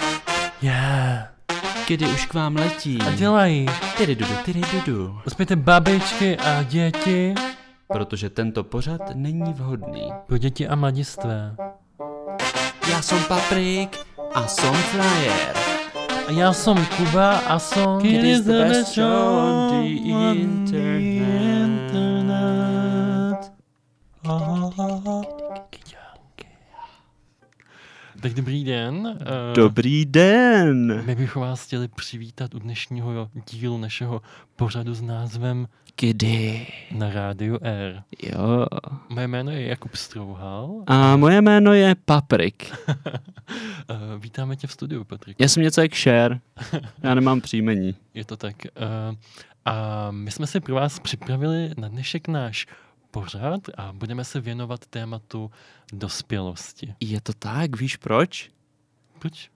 Je. Yeah. Kdy už k vám letí. A dělají. Tyry dudu, tyry dudu. Uspějte babičky a děti. Protože tento pořad není vhodný. Pro děti a mladistvé. Já jsem Paprik a jsem Flyer. A já jsem Kuba a jsem... It is the best show on the internet. Tak dobrý den. eh, Dobrý den! My bychom vás chtěli přivítat u dnešního dílu našeho pořadu s názvem Kdy? Na rádiu R. Jo. Moje jméno je Jakub Strouhal. A moje jméno je Paprik. Eh, Vítáme tě v studiu, Patrik. Já jsem něco jak Cher. Já nemám příjmení. Je to tak. eh, A my jsme si pro vás připravili na dnešek náš pořád a budeme se věnovat tématu dospělosti. Je to tak, víš proč? Proč?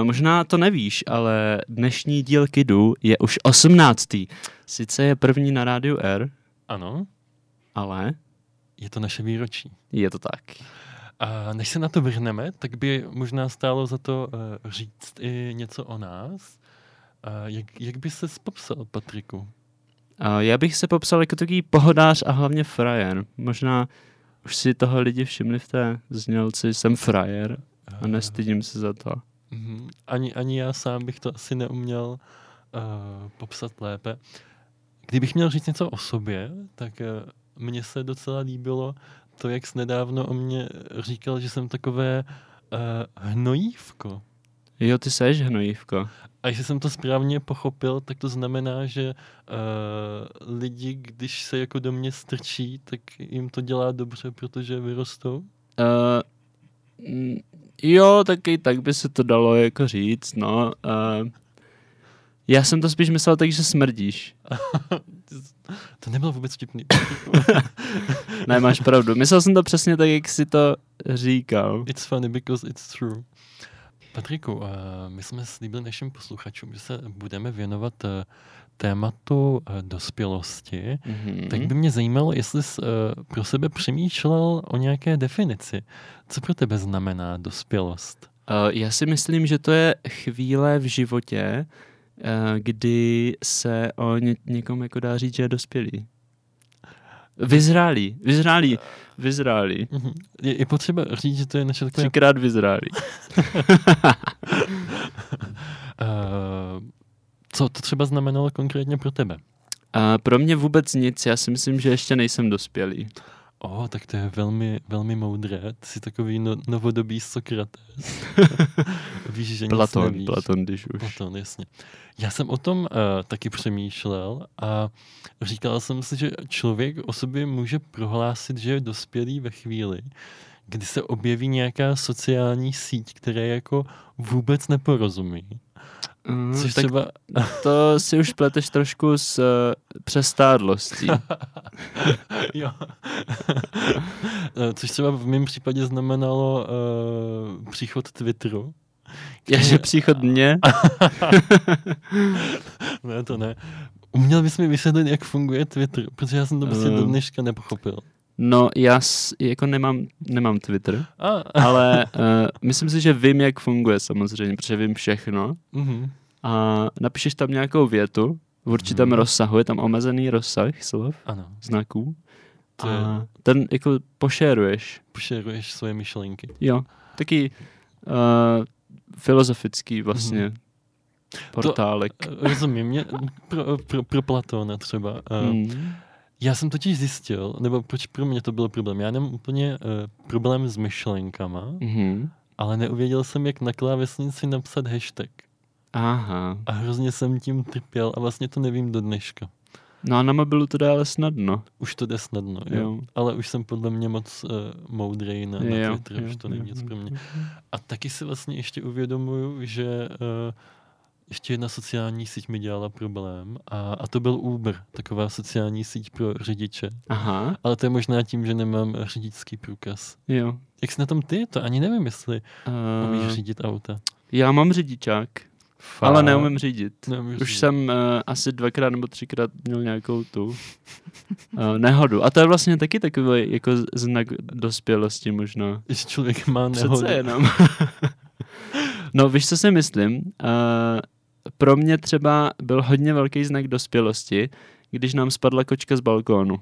E, možná to nevíš, ale dnešní díl Kidu je už 18. Sice je první na rádiu R, Ano, ale je to naše výročí. je to tak. A než se na to vrhneme, tak by možná stálo za to eh, říct i něco o nás. A jak, jak by se popsal, Patriku? E, já bych se popsal jako takový pohodář a hlavně frajer. Možná už si toho lidi všimli v té znělci, jsem frajer a nestydím se za to. Mhm. Ani, ani já sám bych to asi neuměl uh, popsat lépe. Kdybych měl říct něco o sobě, tak uh, mně se docela líbilo to, jak jsi nedávno o mně říkal, že jsem takové uh, hnojívko. Jo, ty seš hnojívko. A jestli jsem to správně pochopil, tak to znamená, že uh, lidi, když se jako do mě strčí, tak jim to dělá dobře, protože vyrostou. Uh, mm, jo, taky tak by se to dalo jako říct, no. Uh, já jsem to spíš myslel tak, že smrdíš. To nebylo vůbec vtipný. Ne, máš pravdu. Myslel jsem to přesně tak, jak jsi to říkal. It's funny because it's true. Patriku, uh, my jsme slíbili našim posluchačům, že se budeme věnovat uh, tématu uh, dospělosti. Mhm. Tak by mě zajímalo, jestli jsi uh, pro sebe přemýšlel o nějaké definici. Co pro tebe znamená dospělost? Uh, já si myslím, že to je chvíle v životě, uh, kdy se o ně- někom jako dá říct, že je dospělý. Vyzrálý, vyzrálý, vyzrálý. Mhm. Je, je potřeba říct, že to je naše takové... Třikrát vyzrálý. Uh, co to třeba znamenalo konkrétně pro tebe? Uh, pro mě vůbec nic, já si myslím, že ještě nejsem dospělý. O, oh, tak to je velmi, velmi moudré. Ty jsi takový no, novodobý Sokrates. Víš, že nic Platon, nevíš. Platon, když už. Platon, jasně. Já jsem o tom uh, taky přemýšlel a říkal jsem si, že člověk o sobě může prohlásit, že je dospělý ve chvíli, kdy se objeví nějaká sociální síť, které jako vůbec neporozumí. Mm, Což tak třeba to si už pleteš trošku s uh, přestárlostí. Jo. Eh, Což třeba v mém případě znamenalo uh, příchod Twitteru. Já, že příchod mě, Ne, to ne. Uměl bys mi vysvětlit, jak funguje Twitter, protože já jsem to prostě Eh. do dneška nepochopil. no já s, jako nemám, nemám Twitter, A, ale uh, myslím si, že vím, jak funguje samozřejmě, protože vím všechno. mhm. A napíšeš tam nějakou větu v určitém Mhm. rozsahu, je tam omezený rozsah slov, ano, znaků. To je- A ten jako pošeruješ. pošeruješ svoje myšlenky. Jo, taky uh, filozofický vlastně Mhm. portálek. Eh, Rozumím, mě, pro, pro, pro Platona třeba. eh, Mm. Já jsem totiž zjistil, nebo proč pro mě to byl problém. Já nemám úplně uh, problém s myšlenkama, Mhm. ale neuvěděl jsem, jak na klávesnici napsat hashtag. Aha. A hrozně jsem tím trpěl a vlastně to nevím do dneška. No a na mobilu to jde ale snadno. Už to jde snadno, jo. Jo. Ale už jsem podle mě moc uh, moudrej na, na Jo, Twitteru, jo, už to není jo, nic jo, pro mě. jo. A taky si vlastně ještě uvědomuju, že uh, ještě jedna sociální síť mi dělala problém a, a to byl Uber, taková sociální síť pro řidiče. Aha, Ale to je možná tím, že nemám řidičský průkaz. jo. Jak jsi na tom ty? To ani nevím, jestli umíš Uh, řídit auta. já mám řidičák, Fá, ale neumím řídit. neumíš Už řídit. jsem uh, asi dvakrát nebo třikrát měl nějakou tu uh, nehodu. A to je vlastně taky takový jako z- znak dospělosti možná. Když člověk má nehodu. Přece jenom. No, víš, co si myslím? Uh, pro mě třeba byl hodně velký znak dospělosti, když nám spadla kočka z balkónu.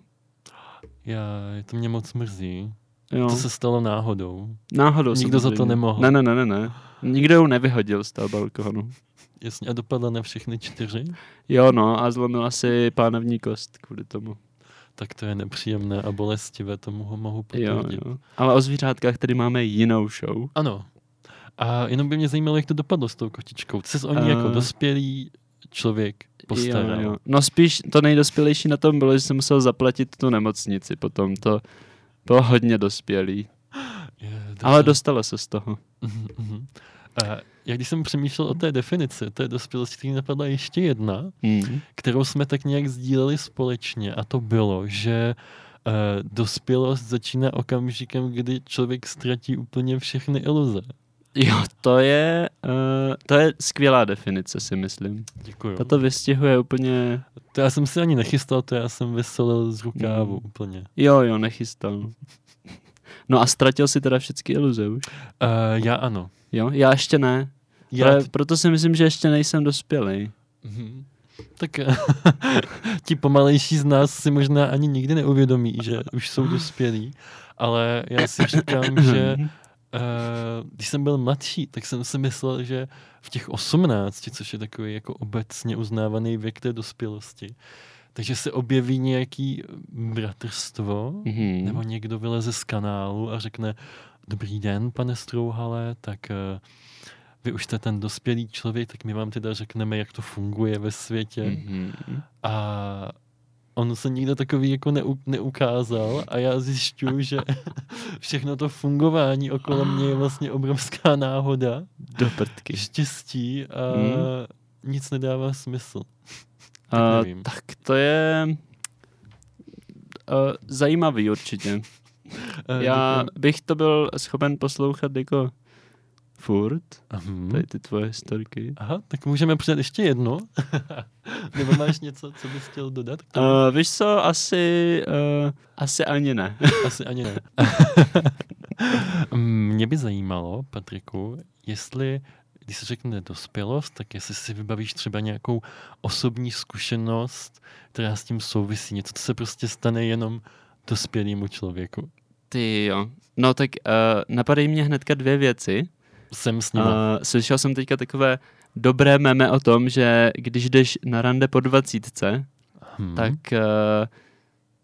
Já, to mě moc mrzí. Jo. To se stalo náhodou. Náhodou. Nikdo za to samozřejmě. nemohl. Ne, ne, ne, ne, ne. Nikdo ho nevyhodil z toho balkonu. Jasně, a dopadla na všechny čtyři? Jo, no, a zlomila si pánevní kost kvůli tomu. Tak to je nepříjemné a bolestivé, tomu ho mohu Jo, potvrdit. jo. Ale o zvířátkách tady máme jinou show. Ano. A jenom by mě zajímalo, jak to dopadlo s tou kotičkou. Co se o ní Eh. jako dospělý člověk postaral? Jo, jo. No spíš to nejdospělejší na tom bylo, že jsem musel zaplatit tu nemocnici potom. To bylo hodně dospělý. Je, Ale dobře. dostala se z toho. Mhm, mhm. A já když jsem přemýšlel o té definici té dospělosti, tak mi napadla ještě jedna, Hmm. kterou jsme tak nějak sdíleli společně a to bylo, že eh, dospělost začíná okamžikem, kdy člověk ztratí úplně všechny iluze. Jo, to je, uh, to je skvělá definice, si myslím. Děkuju. Tato vystihuje úplně... To já jsem si ani nechystal, to já jsem vysolil z Mm. rukávu úplně. Jo, jo, nechystal. No a ztratil si teda všechny iluze už? Uh, já ano. Jo, já ještě ne. Já, Ale proto si myslím, že ještě nejsem dospělý. Mhm. Tak ti pomalejší z nás si možná ani nikdy neuvědomí, že už jsou dospělí, ale já si říkám, že eh, když jsem byl mladší, tak jsem si myslel, že v těch 18, což je takový jako obecně uznávaný věk té dospělosti, takže se objeví nějaký bratrstvo, Mhm. nebo někdo vyleze z kanálu a řekne, dobrý den, pane Strouhale, tak eh, vy už jste ten dospělý člověk, tak my vám teda řekneme, jak to funguje ve světě. Mhm. A on se nikdo takový jako neu, neukázal a já zjišťuju, že všechno to fungování okolo mě je vlastně obrovská náhoda, Do prdky. štěstí a Hmm. nic nedává smysl. tak A, nevím. Eh, tak to je uh, zajímavý určitě. Eh, Já děkuji. bych to byl schopen poslouchat jako furt, Mhm. tady ty tvoje historky. Aha, tak můžeme přidat ještě jedno. Nebo máš něco, co bys chtěl dodat? k tomu? Uh, víš co, asi, uh, asi ani ne. Asi ani ne. Mě by zajímalo, Patriku, jestli, když se řekne dospělost, tak jestli si vybavíš třeba nějakou osobní zkušenost, která s tím souvisí. Něco, co se prostě stane jenom dospělému člověku. Ty jo. No tak uh, napadají mě hnedka dvě věci. Jsem s ním. Uh, slyšel jsem teďka takové dobré meme o tom, že když jdeš na rande po dvacítce, Hm. tak eh,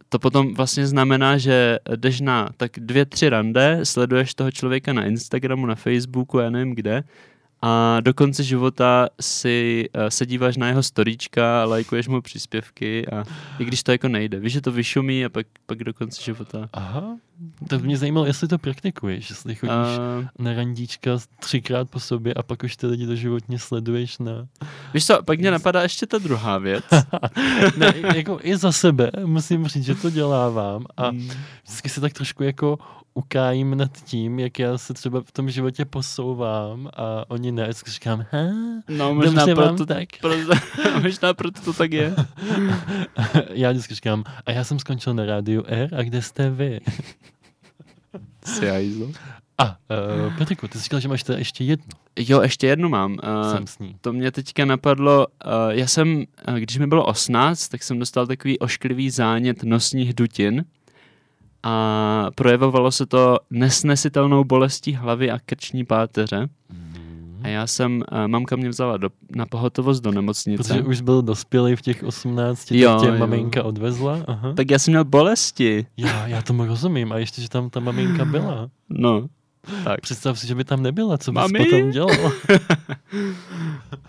to potom vlastně znamená, že jdeš na tak dvě, tři rande, sleduješ toho člověka na Instagramu, na Facebooku, já nevím kde, a do konce života si eh, se díváš na jeho storíčka, lajkuješ mu příspěvky a i když to jako nejde. Víš, že to vyšumí a pak, pak do konce života. Aha, to by mě zajímalo, jestli to praktikuješ, jestli chodíš Uh, na randíčka třikrát po sobě a pak už ty lidi doživotně sleduješ na... víš co, pak mě napadá ještě ta druhá věc. Ne, jako i za sebe musím říct, že to dělávám a Mm. vždycky se tak trošku jako ukájím nad tím, jak já se třeba v tom životě posouvám a oni ne, vždycky říkám, ha, No možná dobře vám proto, tak. pro, možná proto to tak je. já vždycky říkám, a já jsem skončil na rádiu R, a kde jste vy? Jsi hajzl. A Ah. uh, Patriku, ty jsi říkal, že máš teda ještě jednu, Jo, ještě jednu mám. uh, Eh, jsem s ní. to mě teďka napadlo, eh, já jsem, eh, když mi bylo 18, tak jsem dostal takový ošklivý zánět nosních dutin a projevovalo se to nesnesitelnou bolestí hlavy a krční páteře. A já jsem, eh, mamka mě vzala do, na pohotovost do nemocnice. Protože už byl dospělý v těch 18, tak Jo, tě jo. maminka odvezla. Aha. Tak já jsem měl bolesti. Já, já tomu rozumím. A ještě, že tam ta maminka byla. No, tak. Představ si, že by tam nebyla, co bys Mami? potom dělal.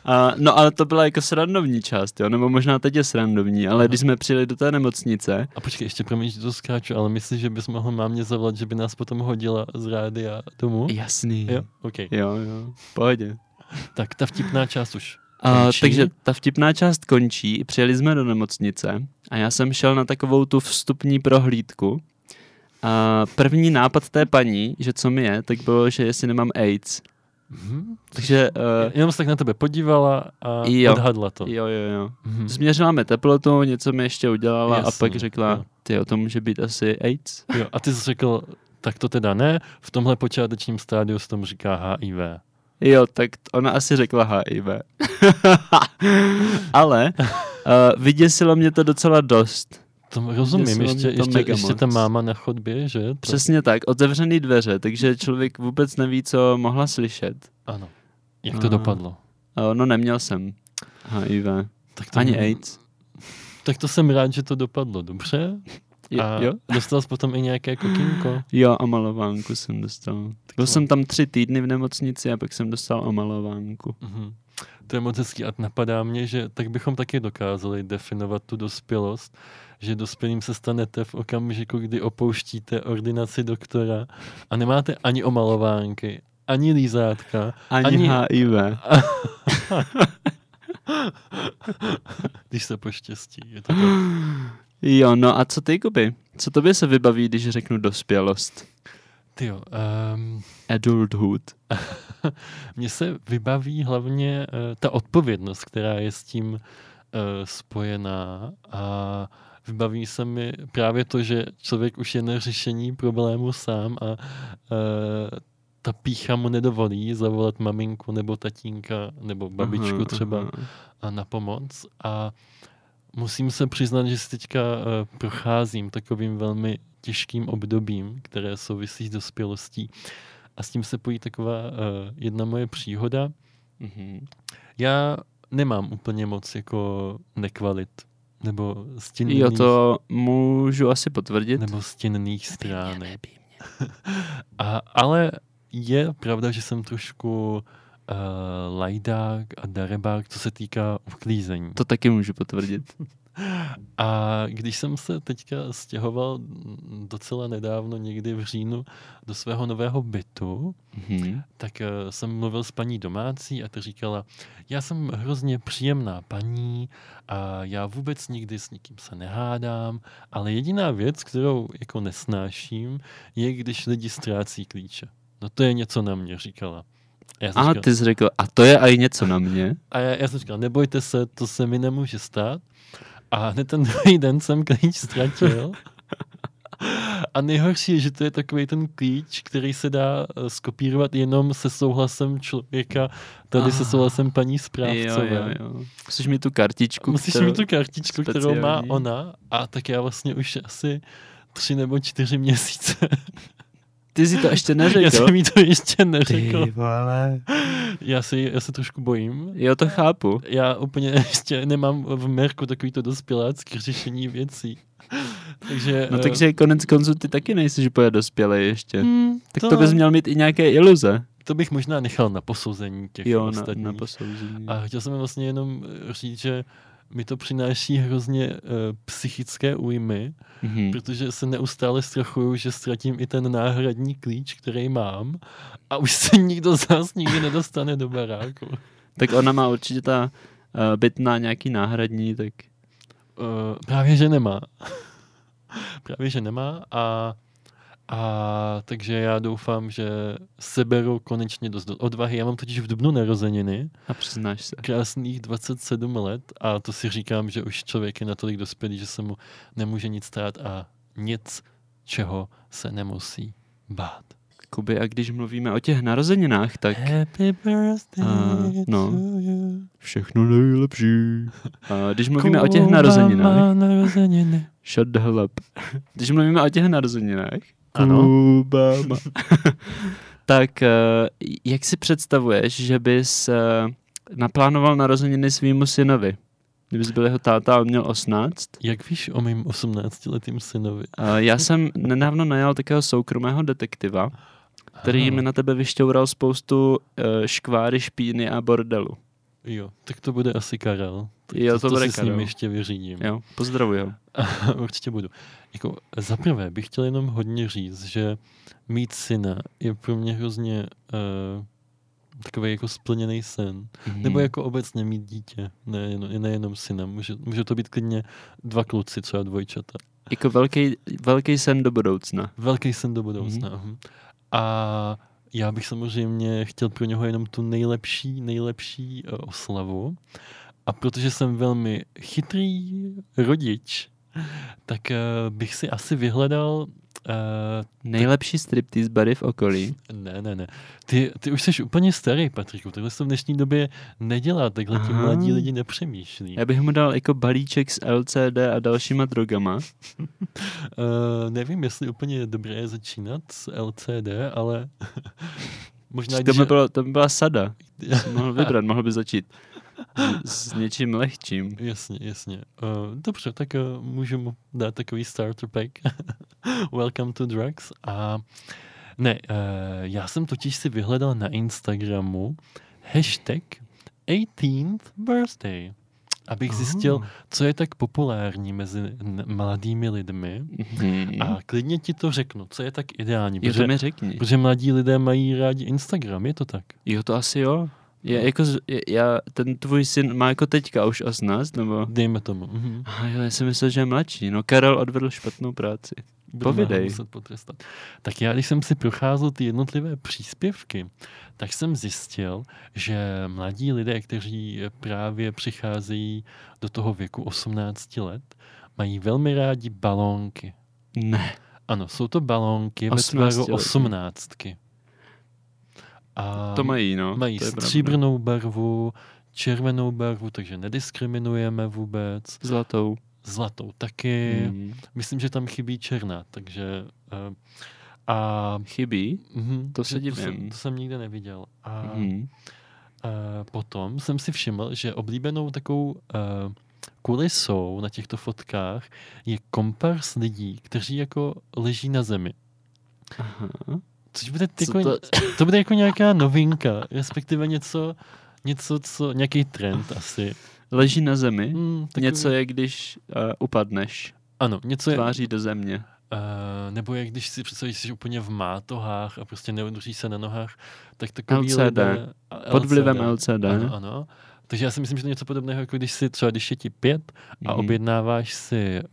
A, no ale to byla jako srandovní část, jo, nebo možná teď je srandovní, ale když jsme přijeli do té nemocnice, A počkej, ještě promiň, že to skáču, ale myslím, že bys mohl mámě zavolat, že by nás potom hodila z rádia domů? jasný, Jo, OK. jo, jo v pohodě. Tak ta vtipná část už. A, Končí. takže ta vtipná část končí, přijeli jsme do nemocnice a já jsem šel na takovou tu vstupní prohlídku. A první nápad té paní, že co mi je, tak bylo, že jestli nemám AIDS. Mhm. Takže uh, Jenom se tak na tebe podívala a Jo. odhadla to. jo, jo, jo. Mhm. Změřila mi teplotu, něco mi ještě udělala a Jasně, pak řekla, jo. ty o tom může být asi AIDS. jo. A ty jsi řekl, tak to teda ne, v tomhle počátečním stádiu se tomu říká HIV. Jo, tak ona asi řekla HIV. Ale uh, vyděsilo mě to docela dost. Tom rozumím, Děsilo ještě, mě to ještě, mega ještě ta moc. máma na chodbě, že? To, Přesně tak, otevřený dveře, takže člověk vůbec neví, co mohla slyšet. Ano. Jak to A. dopadlo? Uh, no neměl jsem HIV, Tak to, ani AIDS. Tak to jsem rád, že to dopadlo dobře. Jo, A jo? dostal jsi potom i nějaké kokínko. jo, omalovánku jsem dostal. Byl to- jsem tam tři týdny v nemocnici a pak jsem dostal omalovánku. Mhm. To je moc hezký a napadá mě, že tak bychom taky dokázali definovat tu dospělost, že dospělým se stanete v okamžiku, kdy opouštíte ordinaci doktora a nemáte ani omalovánky, ani lízátka, Ani, ani Ani- HIV. když se poštěstí. Je to tak. Jo, no a co ty, Kuby? Co tobě se vybaví, když řeknu dospělost? Tyjo, um, Adulthood. mně se vybaví hlavně eh, ta odpovědnost, která je s tím eh, spojená a vybaví se mi právě to, že člověk už je na řešení problému sám a eh, ta pícha mu nedovolí zavolat maminku nebo tatínka nebo babičku Aha, třeba aha. a na pomoc a musím se přiznat, že si teďka eh, procházím takovým velmi těžkým obdobím, které souvisí s dospělostí a s tím se pojí taková eh, jedna moje příhoda. Mhm. Já nemám úplně moc jako nekvalit nebo stinných, Jo, to můžu asi potvrdit. nebo stinných stránek. A, ale je pravda, že jsem trošku uh, lajdák a darebák, co se týká uklízení. To taky můžu potvrdit. A když jsem se teďka stěhoval mm, docela nedávno, někdy v říjnu, do svého nového bytu, Mhm. tak eh, jsem mluvil s paní domácí a ta říkala, já jsem hrozně příjemná paní a já vůbec nikdy s nikým se nehádám, ale jediná věc, kterou jako nesnáším, je, když lidi ztrácí klíče. No to je něco na mě, říkala. A já jsem A říkal, ty jsi řekl, a to je aj něco na mě. a já, já jsem říkal, nebojte se, to se mi nemůže stát. A hned ten druhý den jsem klíč ztratil. A nejhorší je, že to je takový ten klíč, který se dá eh, skopírovat jenom se souhlasem člověka, tady se Ah. souhlasem paní Jo, správcové. jo, jo. Musíš mi tu kartičku. Musíš kterou- mít tu kartičku, kterou má speciální. ona, a tak já vlastně už asi tři nebo čtyři měsíce. Ty jsi to ještě Já neřekl. jsem jí to ještě neřekl. vole. Já, si, já se trošku bojím, Jo, to chápu. já úplně ještě nemám v merku takový to dospělácký řešení věcí. Takže, No eh, takže konec konců ty taky nejsi úplně dospělý ještě. hmm, Tak to bys ne. Jako měl mít i nějaké iluze. to bych možná nechal na posouzení těch jo, Jo, na, ostatních. na posouzení. A chtěl jsem vlastně jenom eh, říct, že mi to přináší hrozně uh, psychické újmy, Mhm. protože se neustále strachuju, že ztratím i ten náhradní klíč, který mám a už se nikdo z nás nikdy nedostane do baráku. Tak ona má určitě ta uh, bytná nějaký náhradní, tak Uh, právě, že nemá. právě, že nemá a, a takže já doufám, že seberu konečně dost do- odvahy. Já mám totiž v dubnu narozeniny, a přiznáš se. krásných 27 let a to si říkám, že už člověk je natolik dospělý, že se mu nemůže nic stát a nic, čeho se nemusí bát. Kuby, a když mluvíme o těch narozeninách, tak Happy birthday A, no. to you. všechno nejlepší. A když mluvíme o těch narozeninách, Kuba má narozeniny. shut the hell up. Když mluvíme o těch narozeninách, Ano. Kuba má- tak eh, jak si představuješ, že bys eh, naplánoval narozeniny svýmu synovi? Kdybys byl jeho táta a on měl 18, Jak víš o mým 18-letým synovi? Eh, Já jsem nedávno najal takého soukromého detektiva, který Aha. mi na tebe vyšťoural spoustu eh, škváry, špíny a bordelu. Jo, tak to bude asi Karel. Tak Jo, to, to to bude si s ním Karel. ještě vyřídím. Jo, pozdravuji ho. Určitě budu. Jako, za prvé bych chtěl jenom hodně říct, že mít syna je pro mě hrozně uh, takový jako splněný sen. Hmm. Mhm. Nebo jako obecně mít dítě, nejenom, nejenom syna. Může, může to být klidně dva kluci, třeba dvojčata. jako velký, velký sen do budoucna. Velký sen do budoucna. Mhm. A já bych samozřejmě chtěl pro něho jenom tu nejlepší, nejlepší eh, oslavu. A protože jsem velmi chytrý rodič, tak eh, bych si asi vyhledal eh, Nejlepší striptease bary v okolí. Ne, ne, ne. Ty, ty už jsi úplně starý, Patriku. Takhle se to v dnešní době nedělá. Takhle ti Aha. mladí lidi nepřemýšlí. Já bych mu dal jako balíček s LCD a dalšíma No, drogama. Uh, nevím, jestli úplně dobré je začínat s LCD, ale možná, když... Tam byla, tam byla sada. Jsi mohl vybrat, mohl by začít s, s něčím lehčím. Jasně, jasně. Uh, dobře, tak uh, můžu mu dát takový starter pack. Welcome to drugs. A ne, uh, já jsem totiž si vyhledal na Instagramu hashtag 18th birthday, Ah. abych zjistil, co je tak populární mezi n- mladými lidmi. Mhm. A klidně ti to řeknu, co je tak ideální. Jo, to Protože, mi řekni. protože mladí lidé mají rádi Instagram, je to tak? Jo, to asi jo. No. Je, jako, z- je, já, ten tvůj syn má jako teďka už 18, nebo... Dejme tomu. Mhm. A jo, já jsem myslel, že je mladší. No, Karel odvedl špatnou práci. Budeme ho Povidej. muset potrestat. Tak já, když jsem si procházel ty jednotlivé příspěvky, tak jsem zjistil, že mladí lidé, kteří právě přicházejí do toho věku 18 let, mají velmi rádi balónky. Ne. Ano, jsou to balónky ve tvaru 18-letí. osmnáctky. A To mají, no. mají to je pravda. stříbrnou barvu, červenou barvu, takže nediskriminujeme vůbec. Zlatou. Zlatou taky. Mm. Myslím, že tam chybí černá, takže... eh, A Chybí. mhm, To se to, jsem, divím. to jsem nikde neviděl. A Mm. eh, potom jsem si všiml, že oblíbenou takovou eh, kulisou na těchto fotkách je kompars lidí, kteří jako leží na zemi. Aha. Což bude Co jako, to... to- to bude jako nějaká novinka, respektive něco, něco co, nějaký trend asi. Leží na zemi. Hmm, takový- Něco je, když uh, upadneš Ano, něco je, tváří do země. Uh, nebo jak když si představíš, že jsi úplně v mátohách a prostě neudržíš se na nohách, tak takový LCD. lidé- a- Pod vlivem LCD. LCD. Ano, ano. Takže já si myslím, že to je něco podobného, jako když si třeba, když je ti pět a Mhm. objednáváš si uh,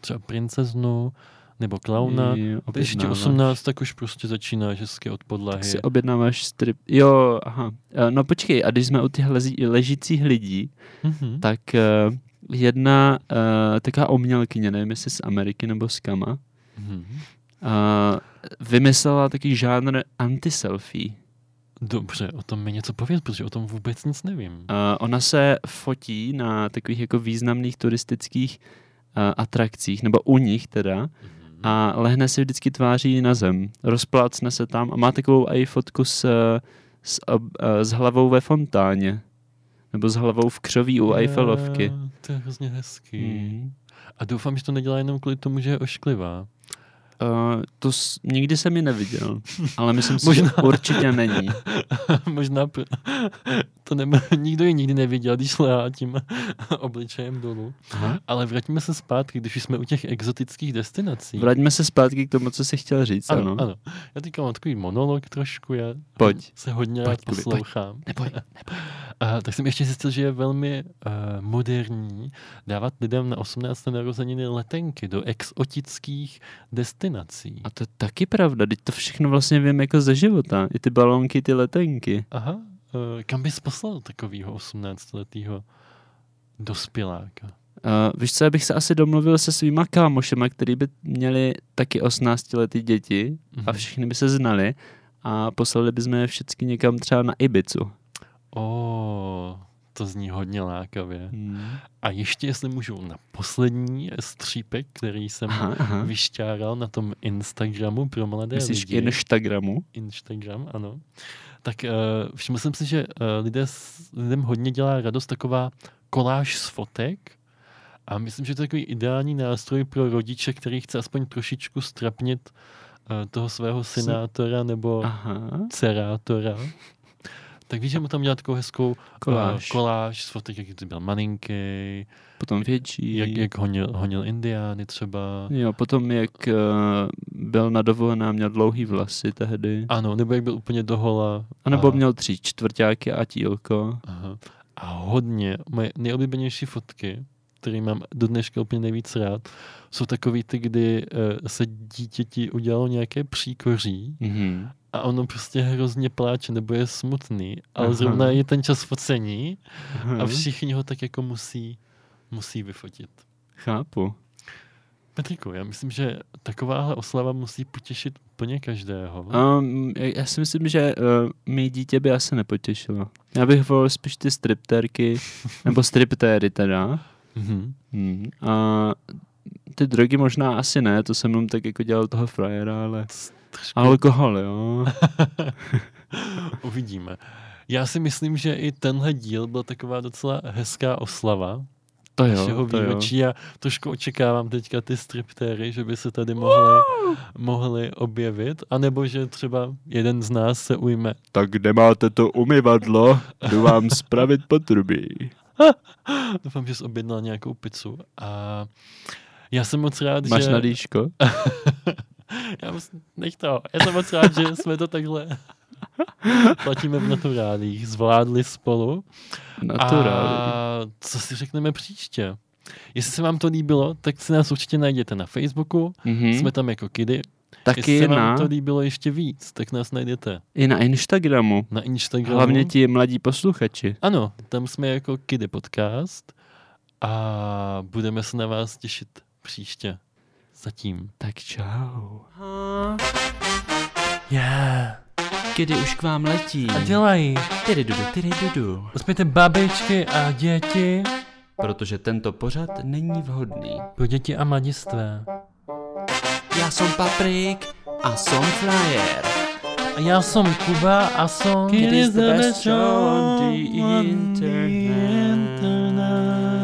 třeba princeznu nebo klauna, Jo, když je ti Mhm. objednáváš. 18, tak už prostě začínáš hezky od podlahy. Tak si objednáváš strip. Jo, aha. Eh, No počkej, a když jsme u těch lezi- ležících lidí, Mhm. tak eh, jedna eh, taková umělkyně, nevím jestli z Ameriky nebo z Kama, Mhm. eh, vymyslela taky žánr anti-selfie. Dobře, o tom mi něco pověz, protože o tom vůbec nic nevím. Eh, Ona se fotí na takových jako významných turistických eh, atrakcích, nebo u nich teda, Mhm. a lehne si vždycky tváří na zem. Rozplácne se tam a má takovou i fotku s, eh, s, ob, eh, s hlavou ve fontáně. Nebo s hlavou v křoví Eh. u Eiffelovky. Jo, To je hrozně hezký. Hmm. A doufám, že to nedělá jenom kvůli tomu, že je ošklivá. Uh, to s, nikdy jsem ji neviděl, ale myslím si, Možná. že určitě není. Možná pr- to nemá, nikdo ji nikdy neviděl, když šla tím obličejem dolů. Aha. Ale vraťme se zpátky, když už jsme u těch exotických destinací. Vraťme se zpátky k tomu, co jsi chtěl říct. Ano, ano, ano. Já teďka mám takový monolog trošku, já no. Pojď. se hodně rád Pojď, Kubi, pojď. poslouchám. Neboj. A, tak jsem ještě zjistil, že je velmi uh, moderní dávat lidem na 18. narozeniny letenky do exotických destinací. A to je taky pravda, teď to všechno vlastně vím jako ze života. I ty balónky, ty letenky. Aha, eh, kam bys poslal takového 18-letého dospěláka? Uh, víš co, já bych se asi domluvil se svýma kámošema, který by měli taky 18 lety děti a Mhm. všichni by se znali a poslali bychom je všichni někam třeba na Ibicu. O, to zní hodně lákavě. Hmm. A ještě, jestli můžu, na poslední střípek, který jsem Aha, aha. vyšťáral na tom Instagramu pro mladé Myslíš lidi. Instagramu? Instagram, ano. Tak eh, všiml jsem si, že eh, lidé, s- lidem hodně dělá radost taková koláž z fotek a myslím, že to je takový ideální nástroj pro rodiče, který chce aspoň trošičku strapnit eh, toho svého synátora nebo Aha. cerátora. Tak víš, že mu tam dělá takovou hezkou eh, Koláž. koláž z fotek, jak ty byl malinký, Potom větší. jak, jak honil, honil indiány třeba. Jo, potom jak uh, byl na dovolené a měl dlouhý vlasy tehdy. Ano, nebo jak byl úplně dohola. A nebo a- měl tři čtvrtáky a tílko. Aha. A hodně, moje nejoblíbenější fotky, které mám do dneška úplně nejvíc rád, jsou takový ty, kdy eh, se dítěti udělalo nějaké příkoří Mhm. a ono prostě hrozně pláče nebo je smutný, Aha. ale Mhm. zrovna je ten čas focení Aha, a všichni ho tak jako musí musí vyfotit. Chápu. Petriku, já myslím, že takováhle oslava musí potěšit úplně každého. Um, já si myslím, že uh, mý dítě by asi nepotěšilo. Já bych volil spíš ty striptérky, nebo striptéry teda. Mhm. Hmm. A ty drogy možná asi ne, to jsem jenom tak jako dělal toho frajera, ale Trošku alkohol, jo. uvidíme. Já si myslím, že i tenhle díl byl taková docela hezká oslava To našeho jo, to jo. výročí a trošku očekávám teďka ty striptéry, že by se tady mohly, mohly objevit, anebo že třeba jeden z nás se ujme Tak kde máte to umyvadlo, jdu vám spravit potrubí. Doufám, že jsi objednal nějakou pizzu. A já jsem moc rád, Máš že... na dýško? já moc... Nech to. Já jsem moc rád, že jsme to takhle platíme v naturálích. Zvládli spolu. Naturálně. A co si řekneme příště? Jestli se vám to líbilo, tak si nás určitě najděte na Facebooku. Mhm. Jsme tam jako kidy. Jestli Taky se vám na, to líbilo ještě víc, tak nás najdete i na Instagramu. na Instagramu. Hlavně ti mladí posluchači. Ano, tam jsme jako Kidy Podcast a budeme se na vás těšit příště. Zatím. Tak čau. Ha, Yeah. kdy už k vám letí. A dělají. Tyry dudu, tyry dudu. Uspějte babičky a děti. Protože tento pořad není vhodný. Pro děti a mladistvé. Já jsem Paprik a jsem Flyer. A já jsem Kuba a jsem... Kid is the best show on the internet.